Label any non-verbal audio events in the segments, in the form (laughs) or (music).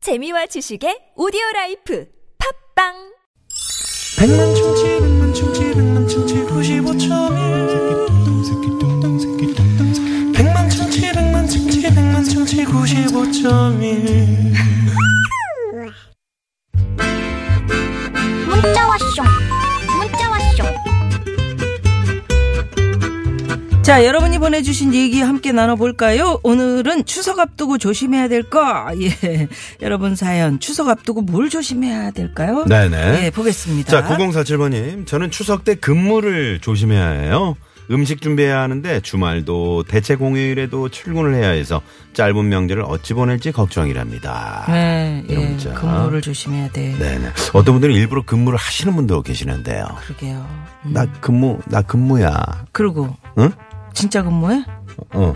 재미와 지식의 오디오 라이프 팝빵 백만 충치 백만 충치 백만 충치 95.1 백만 충치 백만 충치 백만 충치 95.1 문자 왔쇼 문자 왔쇼 자, 여러분이 보내주신 얘기 함께 나눠볼까요? 오늘은 추석 앞두고 조심해야 될 거. (laughs) 예. 여러분 사연, 추석 앞두고 뭘 조심해야 될까요? 네네. 예, 보겠습니다. 자, 9047번님. 저는 추석 때 근무를 조심해야 해요. 음식 준비해야 하는데 주말도 대체 공휴일에도 출근을 해야 해서 짧은 명절을 어찌 보낼지 걱정이랍니다. 네, 이런 예, 문자. 근무를 조심해야 돼. 네네. 어떤 분들은 일부러 근무를 하시는 분도 계시는데요. 그러게요. 나 근무, 나 근무야. 그리고, 응? 진짜 근무해? 어.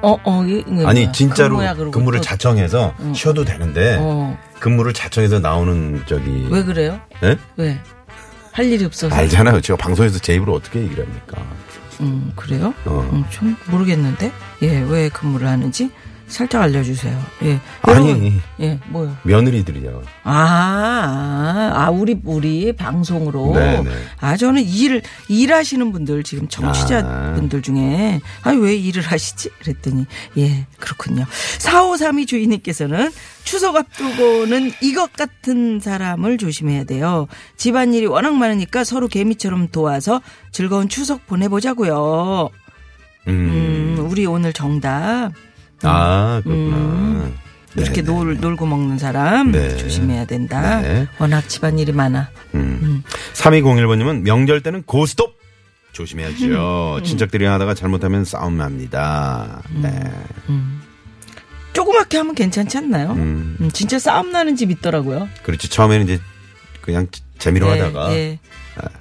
어, 어, 이- 이거 아니, 뭐야? 진짜로 근무야, 그러고 근무를 또- 자청해서 쉬어도 되는데 어, 근무를 자청해서 나오는 저기. 왜 그래요? 예? 왜? 할 일이 없어서. 알잖아요. 제가 방송에서 제 입으로 어떻게 얘기를 합니까? 음, 그래요? 어. 음, 좀 모르겠는데. 예, 왜 근무를 하는지 살짝 알려주세요. 예. 아니. 여러분, 예, 뭐요? 며느리들이요. 아, 아, 우리, 우리 방송으로. 네네. 아, 저는 일, 일하시는 분들, 지금 청취자분들 아. 중에, 아니, 왜 일을 하시지? 그랬더니, 예, 그렇군요. 4532 주인님께서는 추석 앞두고는 이것 같은 사람을 조심해야 돼요. 집안일이 워낙 많으니까 서로 개미처럼 도와서 즐거운 추석 보내보자고요. 음. 음, 우리 오늘 정답. 아, 그렇구나. 음. 이렇게 네네. 놀, 놀고 먹는 사람 네. 조심해야 된다. 네. 워낙 집안일이 많아. 음. 3201번님은 명절 때는 고스톱! 조심해야죠. 친척들이 하다가 잘못하면 싸움 납니다. 네. 조그맣게 하면 괜찮지 않나요? 음, 진짜 싸움 나는 집 있더라고요. 그렇지. 그렇죠. 처음에는 이제 그냥 재미로 예, 하다가. 아. 네. 예.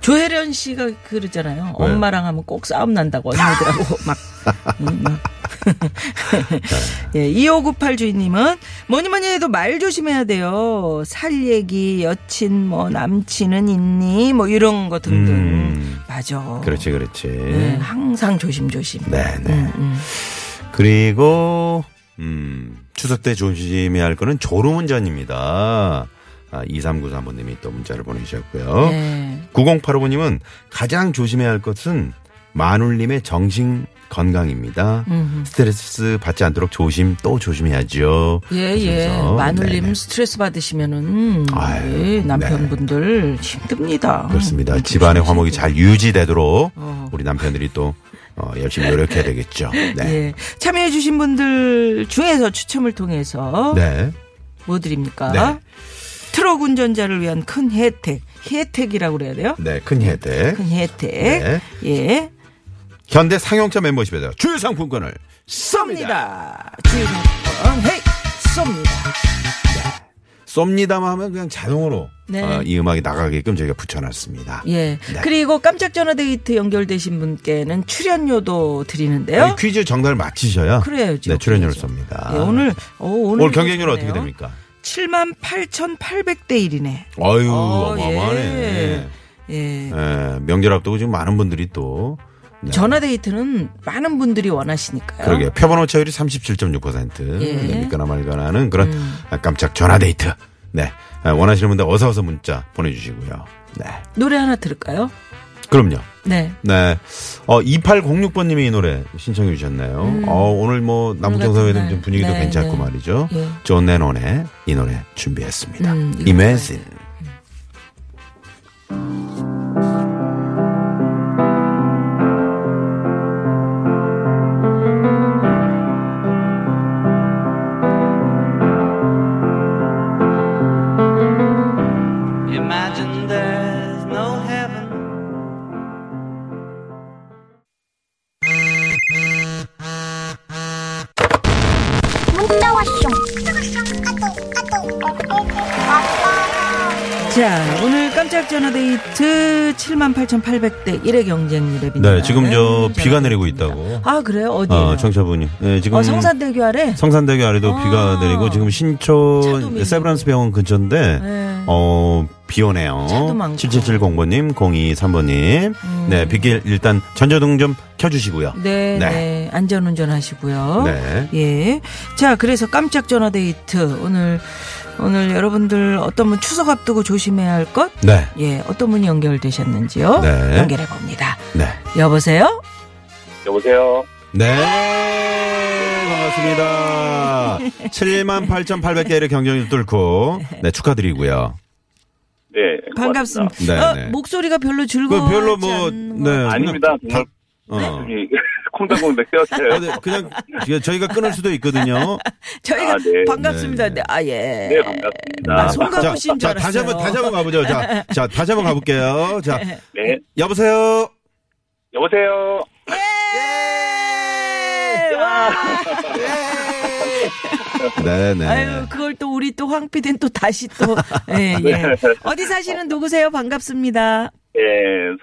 조혜련 씨가 그러잖아요. 엄마랑 하면 꼭 싸움 난다고 아. 언니들하고 막. (laughs) 음, 막. (laughs) 예, 2598 주인님은 뭐니 뭐니 해도 말 조심해야 돼요. 살 얘기, 여친, 뭐, 남친은 있니? 뭐, 이런 거 등등. 음. 맞아. 그렇지, 그렇지. 예, 네, 항상 조심조심. 음, 네. 그리고, 음, 추석 때 조심해야 할 거는 졸음운전입니다. 아, 2393번님이 또 문자를 보내주셨고요. 예. 9085번님은 가장 조심해야 할 것은 마눌님의 정신 건강입니다. 스트레스 받지 않도록 조심 또 조심해야죠. 예, 예. 하시면서. 마눌님 네네. 스트레스 받으시면은 아유, 네. 예, 남편분들 힘듭니다. 그렇습니다. 집안의 화목이 잘 유지되도록 어. 우리 남편들이 또 어, 열심히 노력해야 되겠죠. 네. 예. 참여해주신 분들 중에서 추첨을 통해서 네. 뭐 드립니까? 네. 트럭 운전자를 위한 큰 혜택. 혜택이라고 그래야 돼요? 네. 큰 혜택. 큰 혜택. 네. 예. 현대 상용차 멤버십에서 주요 상품권을 쏩니다. 주인공, 헤이! 쏩니다. 쏩니다만 하면 그냥 자동으로 네. 어, 이 음악이 나가게끔 저희가 붙여놨습니다. 예. 그리고 깜짝 전화 데이트 연결되신 분께는 출연료도 드리는데요. 아니, 퀴즈 정답을 맞히셔야 그래야죠. 네, 출연료를 그래야죠. 쏩니다. 예, 오늘, 오, 오늘. 오늘 경쟁률 어떻게 좋네요. 됩니까? 78,800대 1이네. 아유, 어, 어마어마하네. 예. 예. 예, 명절 앞두고 지금 많은 분들이 또. 네. 전화 데이트는 많은 분들이 원하시니까요. 그러게 표본 오차율이 37.6%. 예. 음. 예. 믿거나 말거나 하는 그런 아, 깜짝 전화 데이트. 네. 아, 원하시는 분들 어서어서 문자 보내주시고요. 네. 노래 하나 들을까요? 그럼요. 네. 네. 어, 2806번님이 이 노래 신청해 주셨나요? 음. 어, 오늘 뭐 남북정상회담 좀 분위기도 네, 괜찮고 네. 말이죠. 예. 존 레논의 이 노래 준비했습니다. 음, 이거 Imagine. Imagine there's no heaven 문자 왔쇼 까똑 까똑 아빠 자, 오늘 깜짝 전화데이트 78,800대 1의 경쟁률에 빛나 네, 지금 저 비가 내리고 있다고. 아, 그래요? 어디에요? 어, 청자분이. 네, 지금 어, 성산대교 아래? 대교 아래도 아. 비가 내리고 지금 차도 밀리고. 신촌 세브란스 병원 근처인데 네. 어, 비 오네요. 차도 많고. 음. 7770번 님, 023번 님. 네, 빗길 일단 전조등 좀켜 주시고요. 네, 네. 네. 안전운전 하시고요. 네. 예. 자, 그래서 깜짝 전화데이트. 오늘, 오늘 여러분들 어떤 분 추석 앞두고 조심해야 할 것? 네. 예, 어떤 분이 연결되셨는지요? 네. 연결해 봅니다. 네. 여보세요? 여보세요. 네. 반갑습니다. (laughs) 78,800개를 경쟁률 뚫고 네, 축하드리고요. 네. 반갑습니다. 네, 어, 네. 목소리가 별로 그 즐거워. 별로 뭐 네. 아닙니다. 네, 정말 어. 이 콩닥콩닥 (laughs) 아, 세웠어요. 네, 그냥 저희가 끊을 수도 있거든요. 저희가 아, 네. 반갑습니다. 네, 네. 아, 예. 네, 반갑습니다. 아, 송강호 씨인 줄 자, 알았어요. 다시 한번 다시 한번 (laughs) 가보죠. 자, 자 다시 한번 가볼게요. 자, 네. 여보세요. 여보세요. 예! 와! 네, 네. 아유, 그걸 또 우리 또 황 PD는 또 다시 또, 예, 네. 예. 어디 사시는 누구세요? 반갑습니다. 예,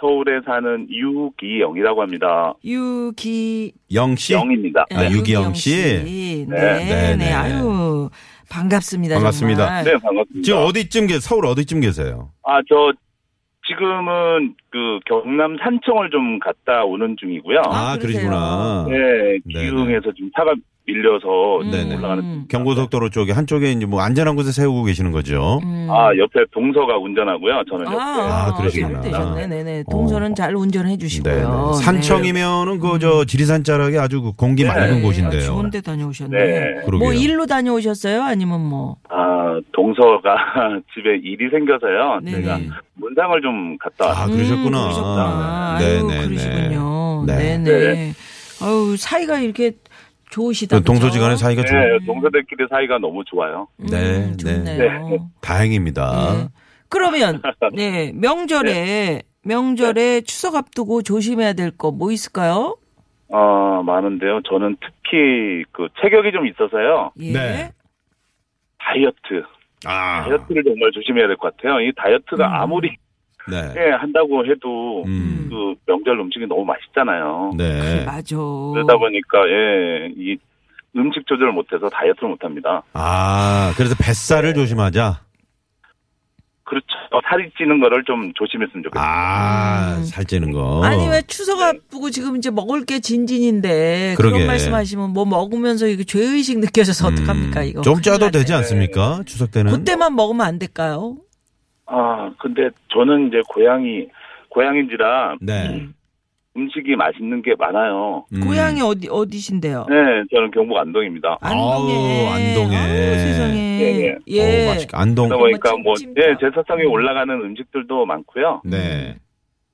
서울에 사는 유기영이라고 합니다. 유기, 영 씨. 영입니다. 아, 네, 유기영 씨. 네, 네, 네, 네, 네. 아유, 반갑습니다. 반갑습니다. 정말. 네, 반갑습니다. 지금 어디쯤 계 서울 어디쯤 계세요? 아, 저 지금은 그 경남 산청을 좀 갔다 오는 중이고요. 아, 아, 그러세요. 그러시구나. 네, 네네. 기흥에서 지금 차가 밀려서 음, 네네. 올라가는 경고속도로 쪽에 한쪽에 이제 뭐 안전한 곳에 세우고 계시는 거죠. 음. 아, 옆에 동서가 운전하고요. 저는 옆에. 아, 그러시구나. 어. 네네네. 동선은 잘 운전해 주시고요. 네. 산청이면은 그 저 지리산 자락에 아주 그 공기 네. 맑은 네. 곳인데요. 아, 좋은데 다녀오셨네. 네. 뭐 그러게요. 일로 다녀오셨어요? 아니면 뭐? 아, 동서가 (laughs) 집에 일이 생겨서요. 네. 제가 네. 문상을 좀 갔다 왔어요. 아, 그러셨구나. 음, 그러셨구나. 네, 아유, 네, 네. 그러시군요. 네, 네. 네. 아유, 사이가 이렇게 좋으시다. 동서지간의 그죠? 사이가 좋. 네, 동서들끼리 사이가 너무 좋아요. 음, 네, 아. 네. 좋네요. 네. 다행입니다. (laughs) 그러면 네, 명절에 명절에 추석 앞두고 조심해야 될 거 뭐 있을까요? 아, 많은데요. 저는 특히 그 체격이 좀 있어서요. 예. 네. 다이어트. 아, 다이어트를 정말 조심해야 될 것 같아요. 이 다이어트가 음. 아무리 네. 예, 한다고 해도 음. 그 명절 음식이 너무 맛있잖아요. 네. 그 맞아. 그러다 보니까 예, 이 음식 조절을 못해서 다이어트를 못합니다. 아, 그래서 네. 뱃살을 조심하자. 그렇죠. 살이 찌는 거를 좀 조심했으면 좋겠어요. 아, 네. 음. 살찌는 거. 아니 왜 추석 앞두고 지금 이제 먹을 게 진진인데 그런 그러게. 말씀하시면 뭐 먹으면서 이게 죄의식 느껴져서 어떡합니까 음, 이거 좀 짜도 큰일 났네. 되지 않습니까? 추석 때는. 그때만 먹으면 안 될까요? 아, 근데 저는 이제 고향이 고향인지라 네. 음식이 맛있는 게 많아요. 음. 음. 고향이 어디 어디신데요? 네, 저는 경북 안동입니다. 안동에. 아우, 안동에. 아우, 세상에. 예, 어, 예. 맛있- 안동. 그러다 보니까 정말 뭐, 찜찜다. 예, 제사상에 올라가는 음식들도 많고요. 네.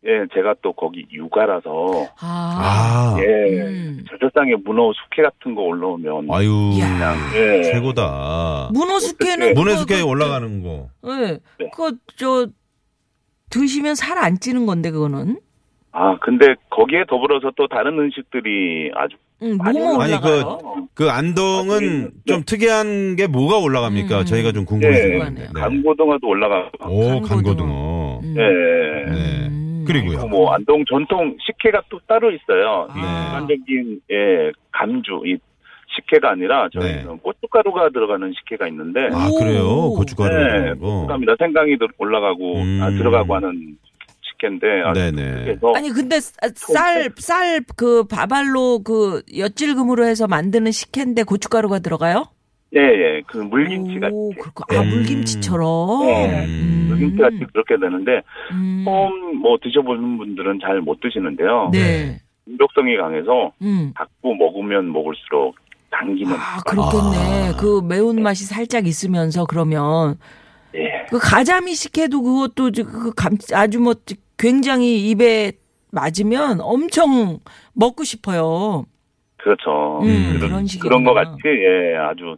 예, 제가 또 거기 육아라서, 아. 아, 예, 음. 제사상에 문어 숙회 같은 거 올라오면, 아유. 이야. 예, 최고다. 문어숙회는 문해숙에 그거- 올라가는 거. 예. 네. 그거 저 드시면 살 안 찌는 건데 그거는. 아, 근데 거기에 더불어서 또 다른 음식들이 아주, 응, 아니, 뭐뭐 아니, 그- 올라가요? 그 안동은 좀 특이한 게 뭐가 올라갑니까? 음. 저희가 좀 네. 궁금해지는데. 간고등어도 올라가고, 오, 간고등어. 간고등어. 음. 예. 네. 음. 그리고요. 뭐, 안동 전통 식혜가 또 따로 있어요. 네. 이 아. 일반적인, 예, 감주, 이 식혜가 아니라, 저희는 네. 고춧가루가 들어가는 식혜가 있는데, 아, 오. 그래요? 고춧가루. 네, 들어간 거. 합니다. 생강이 들- 올라가고 음. 아, 들어가고 하는 식혜인데 아, 네네. 그래서 아니 근데 어, 쌀 쌀 그 밥알로 그 엿질금으로 해서 만드는 식혜인데 고춧가루가 들어가요? 예예 그 물김치가 오, 그렇고 아 음. 물김치처럼. 네. 음. 물김치 같이 그렇게 되는데 음. 처음 뭐 드셔보는 분들은 잘 못 드시는데요. 네. 중독성이 강해서 음. 자꾸 먹으면 먹을수록 당기는 아, 그렇겠네. 아. 그 매운맛이 살짝 있으면서 그러면 예. 그 가자미 식혜도 그것도 저- 그 감, 아주 뭐 굉장히 입에 맞으면 엄청 먹고 싶어요. 그렇죠. 음, 그런 그런 식이 그런 거 같이 예 아주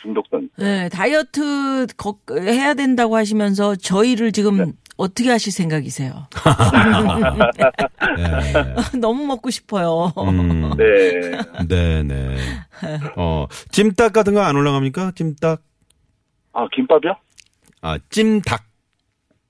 중독성. 네, 다이어트 거- 해야 된다고 하시면서 저희를 지금 네. 어떻게 하실 생각이세요? (laughs) 네. (laughs) 너무 먹고 싶어요. 음. (laughs) (laughs) 네. 네네. 어, 찜닭 같은 거 안 올라갑니까? 찜닭? 아 김밥이요? 아, 찜닭.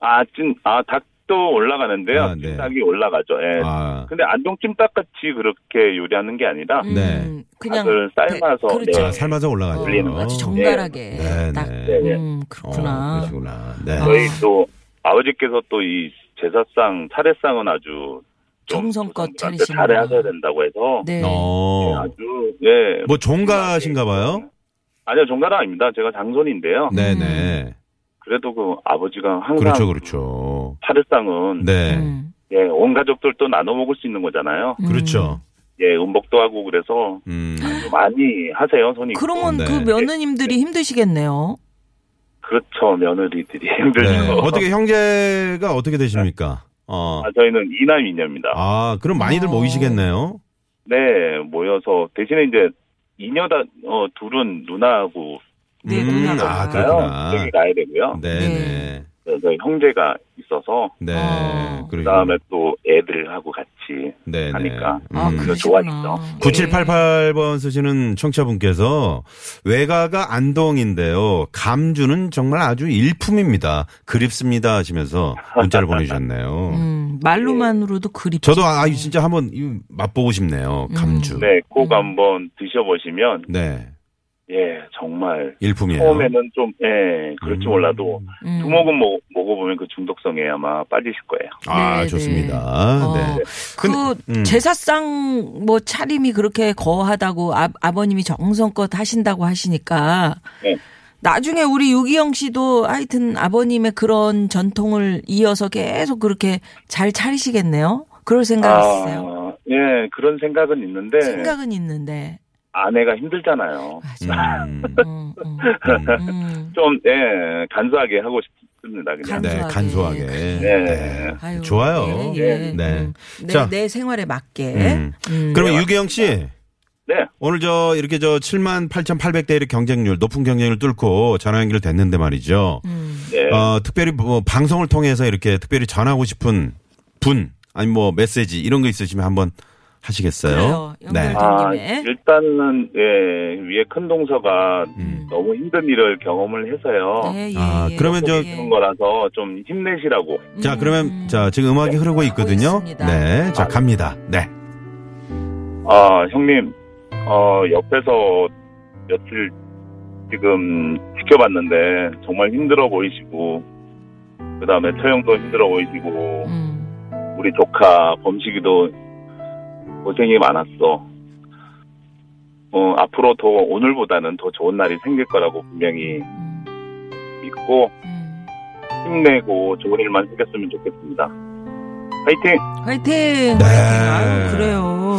아, 찜, 아, 닭도 올라가는데요. 아, 네. 찜닭이 올라가죠. 예. 아, 근데 안동 찜닭 같이 그렇게 요리하는 게 아니라 음. 네. 그냥 닭을 삶아서, 배- 그렇죠. 아, 삶아서 올라가죠. 네. 올리는 어, 아주 정갈하게 네, 딱 네. 음, 어, 그렇구나. 그러시구나. 네. 아. 저희 또 아버지께서 또 이 제사상 차례상은 아주 좀 정성껏 조상들한테 차리시는구나. 잘해하셔야 된다고 해서 네. 예, 어. 아주 예. 뭐 종가신가 봐요? 아니요 종가라 아닙니다. 제가 장손인데요. 네네. 그래도 그 아버지가 항상 그렇죠, 그렇죠. 차례상은 네. 음, 예, 온 가족들도 나눠 먹을 수 있는 거잖아요. 음. 그렇죠. 예, 음복도 하고 그래서 음. 많이 하세요, 손이. 그러면 네. 그 며느님들이 힘드시겠네요. 그렇죠, 며느리들이 (laughs) 힘들죠. 네. 어떻게 형제가 어떻게 되십니까? 어. 아, 저희는 이남이녀입니다. 아, 그럼 많이들 어. 모이시겠네요. 네, 모여서 대신에 이제 이녀다 어 둘은 누나하고 네, 음, 누나가. 아, 그렇구나. 있어요. 여기 가야 되고요. 네네. 그래서 형제가 있어서 네. 어. 그리고 그다음에 또 애들하고 같이 네네. 하니까. 아, 음. 그렇죠. 그러시구나. 좋아하시죠. 9788번 쓰시는 청취자분께서 외가가 안동인데요. 감주는 정말 아주 일품입니다. 그립습니다 하시면서 문자를 보내주셨네요. (laughs) 음, 말로만으로도 그립. 저도 아 이거 진짜 한번 이거 맛보고 싶네요. 음. 감주. 네, 꼭 한번 드셔보시면 네. 예 정말 일품이에요. 처음에는 좀 예 그럴지 예. 음. 몰라도 음. 두 모금 먹- 먹어보면 그 중독성에 아마 빠지실 거예요. 아 네, 좋습니다. 어, 네. 그 근데, 음. 제사상 뭐 차림이 그렇게 거하다고 아, 아버님이 정성껏 하신다고 하시니까 네. 나중에 우리 유기영 씨도 하여튼 아버님의 그런 전통을 이어서 계속 그렇게 잘 차리시겠네요. 그럴 생각하세요? 아, 네. 예 그런 생각은 있는데 생각은 있는데. 아내가 힘들잖아요. 맞아. 음, 음, 음, 음. 음. 좀 예 간소하게 하고 싶습니다. 간- 그냥 네, 간소하게. 간소하게. 네. 아유, 좋아요. 예, 예. 네. 음. 내, 자. 내 생활에 맞게. 음. 음. 그러면 유기영 씨. 네. 오늘 저 이렇게 저 7만 8,800대 1의 경쟁률, 높은 경쟁률 뚫고 전화 연결됐는데 말이죠. 음. 예. 어, 특별히 뭐 방송을 통해서 이렇게 특별히 전하고 싶은 분, 아니 뭐 메시지 이런 거 있으시면 한번 하시겠어요? 네. 그래요. 연결. 아, 선생님의? 일단은 예 위에 큰 동서가 음. 너무 힘든 일을 경험을 해서요. 네, 예, 아, 예. 그러면 저- 예. 그런 거라서 좀 힘내시라고. 자, 그러면 음. 자, 지금 음악이 흐르고 있거든요. 하고 있습니다. 네. 자, 갑니다. 네. 아 형님, 어 옆에서 며칠 지금 지켜봤는데 정말 힘들어 보이시고 그 다음에 처형도 힘들어 보이시고 음. 우리 조카 범식이도 고생이 많았어. 어, 앞으로 더 오늘보다는 더 좋은 날이 생길 거라고 분명히 음, 믿고 음. 힘내고 좋은 일만 생겼으면 좋겠습니다. 화이팅! 화이팅! 네. 화이팅! 아유, 그래요.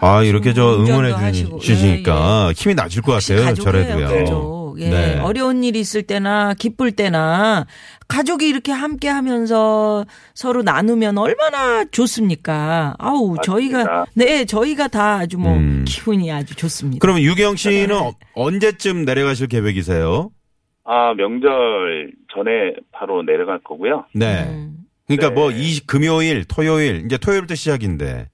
아, 이렇게 저 운전도 응원해 하시고. 네, 예. 주시니까 힘이 나실 것 역시 같아요. 저래도요. 가족. 예. 네. 어려운 일이 있을 때나 기쁠 때나 가족이 이렇게 함께 하면서 서로 나누면 얼마나 좋습니까? 아우, 저희가, 네, 저희가 다 아주 뭐 음. 기분이 아주 좋습니다. 그러면 유경 씨는 네. 어- 언제쯤 내려가실 계획이세요? 아, 명절 전에 바로 내려갈 거고요. 네. 음. 그러니까 네. 뭐 이 금요일, 토요일 이제 토요일부터 시작인데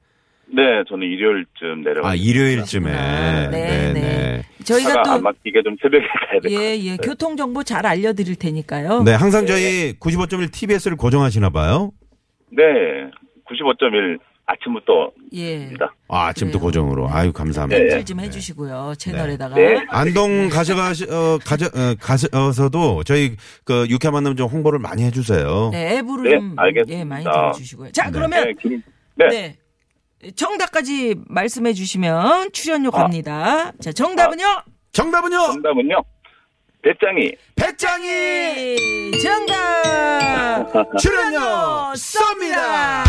네, 저는 일요일쯤 아 내려갈 거예요. 일요일쯤에 그렇구나. 네, 네. 저희가 차가 안 또, 막히게 좀 새벽에 가야 될 것 예, 예. 교통정보 잘 알려드릴 테니까요. 네, 항상 저희 95.1 TBS를 고정하시나 봐요. 같아요. 네, 95.1 아침부터 예. 아, 아침부터 그래요. 고정으로. 아유, 감사합니다. 연결 좀 해주시고요. 채널에다가. 네. 안동 가셔가 어, 가져 어, 가셔서도 저희 그 유쾌 만남 좀 홍보를 많이 해 주세요. 네, 앱으로 네, 좀 알겠습니다. 예, 많이 들어주시고요. 자, 네, 그러면 김- 네. 네. 정답까지 말씀해 주시면 출연료 아. 갑니다. 자, 정답은요? 정답은요. 정답은요. 배짱이 배짱이 정답! 출연료 쏩니다. 쏩니다.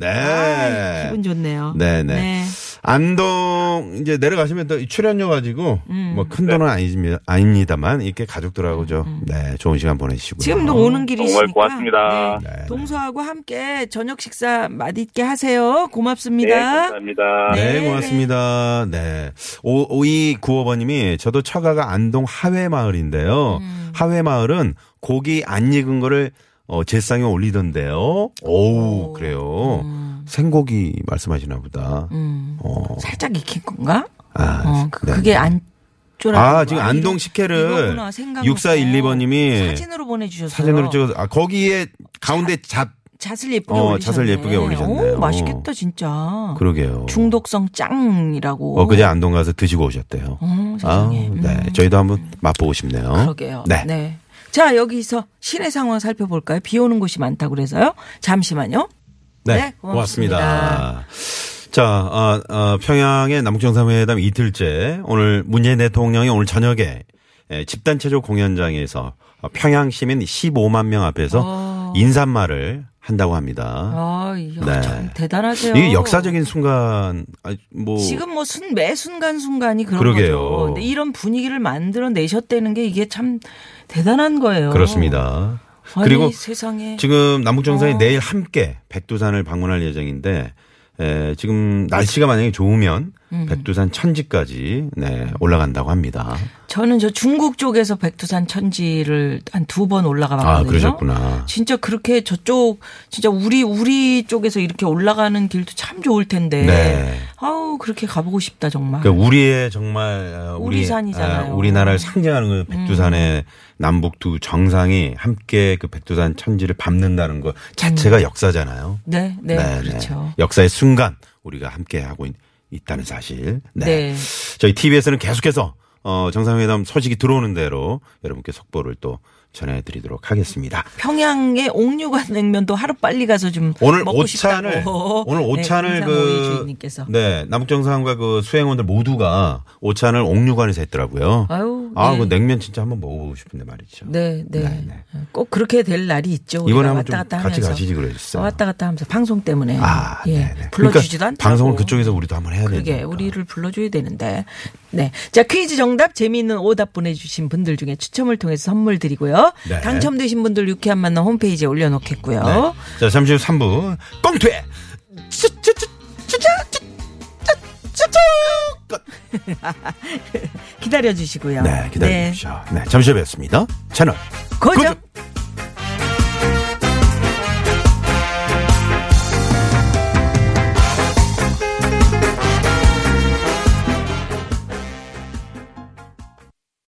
아이, 네. 기분 좋네요. 네, 네. 안동 이제 내려가시면 또 출연료 가지고 음. 뭐 큰 돈은 아니지- 아닙니다만 이렇게 가족들하고 저 네, 좋은 시간 보내시고요. 음, 지금도 오는 길이시니까 정말 고맙습니다. 어, 네, 네. 동서하고 함께 저녁 식사 맛있게 하세요. (laughs) 네, 고맙습니다. 감사합니다. 네, 네, 고맙습니다. 네. 오, 오이 구호번님이 저도 처가가 안동 하회마을인데요. 음. 하회마을은 고기 안 익은 거를 어, 제상에 올리던데요. 어. 오우, 그래요. 생고기 말씀하시나 보다. 음, 어, 살짝 익힌 건가? 아, 어, 그, 네. 그게 안 쫄아. 아, 지금 안동 식혜를 이거구나, 생각 6412번님이 사진으로 보내주셨어요. 사진으로 찍어서, 아, 거기에 가운데 잡, 잣을 예쁘게 어, 올리셨네. 잣을 예쁘게 올리셨네요. 오, 맛있겠다 진짜. 그러게요. 중독성 짱이라고. 어, 그제 안동 가서 드시고 오셨대요. 어, 아, 세상에. 음, 네. 저희도 한번 맛보고 싶네요. 그러게요. 네. 자 여기서 시내 상황 살펴볼까요? 비 오는 곳이 많다고 그래서요. 잠시만요. 네, 네, 고맙습니다. 고맙습니다. 자, 아, 아, 평양의 남북정상회담 이틀째 오늘 문재인 대통령이 오늘 저녁에 예, 집단체조 공연장에서 평양 시민 15만 명 어. 앞에서 인사말을 한다고 합니다. 아, 이거 네. 참 대단하세요. 이게 역사적인 순간, 아, 뭐 지금 뭐 순, 매 순간 순간이 그런 그러게요. 거죠. 근데 이런 분위기를 만들어 내셨다는 게 이게 참 대단한 거예요. 그렇습니다. 아니, 그리고 세상에 지금 남북 정상이 어. 내일 함께 백두산을 방문할 예정인데 에, 지금 날씨가 만약에 좋으면 음. 백두산 천지까지 네, 올라간다고 합니다. 저는 저 중국 쪽에서 백두산 천지를 한 두 번 올라가 아, 봤거든요. 그러셨구나. 진짜 그렇게 저쪽 진짜 우리 우리 쪽에서 이렇게 올라가는 길도 참 좋을 텐데. 네. 아우 그렇게 가보고 싶다 정말. 그러니까 우리의 정말 어, 아. 우리 산이잖아요. 음. 아, 우리나라를 상징하는 그 백두산의 남북 두 정상이 함께 그 백두산 천지를 밟는다는 것 자체가 역사잖아요. 음. 네, 네, 그렇죠. 역사의 순간 우리가 함께 하고 있, 다는 사실. 네. 네. 저희 TBS는 계속해서 어, 정상회담 소식이 들어오는 대로 여러분께 속보를 또 전해드리도록 하겠습니다. 평양의 옥류관 냉면도 하루 빨리 가서 좀 오늘 먹고 오찬을 싶다고. 오늘 오찬을 네, 김상호 그 주인님께서. 네, 남북정상과 그 수행원들 모두가 오찬을 옥류관에서 했더라고요. 아유, 아, 네. 그 냉면 진짜 한번 먹어보고 싶은데 말이죠. 네, 네, 네, 네. 꼭 그렇게 될 날이 있죠. 우리가 이번에 한번 왔다 좀 갔다 같이 하면서. 가시지 그랬어요. 왔다 갔다 하면서 방송 때문에 아, 예, 네, 네. 불러주지도 그러니까 않다고. 방송을 그쪽에서 우리도 한번 해야 되니까. 그러게 우리를 불러줘야 되는데. 네. 자 퀴즈 정답 재미있는 오답 보내주신 분들 중에 추첨을 통해서 선물 드리고요. 네. 당첨되신 분들 유쾌한 만남 홈페이지에 올려놓겠고요. 네. 자, 잠시 후 3부 꽁투에 기다려 주시고요. 네, 기다려 주십시오. 네, 잠시 후에 뵙습니다. 채널 네. 고정. 네, 고정.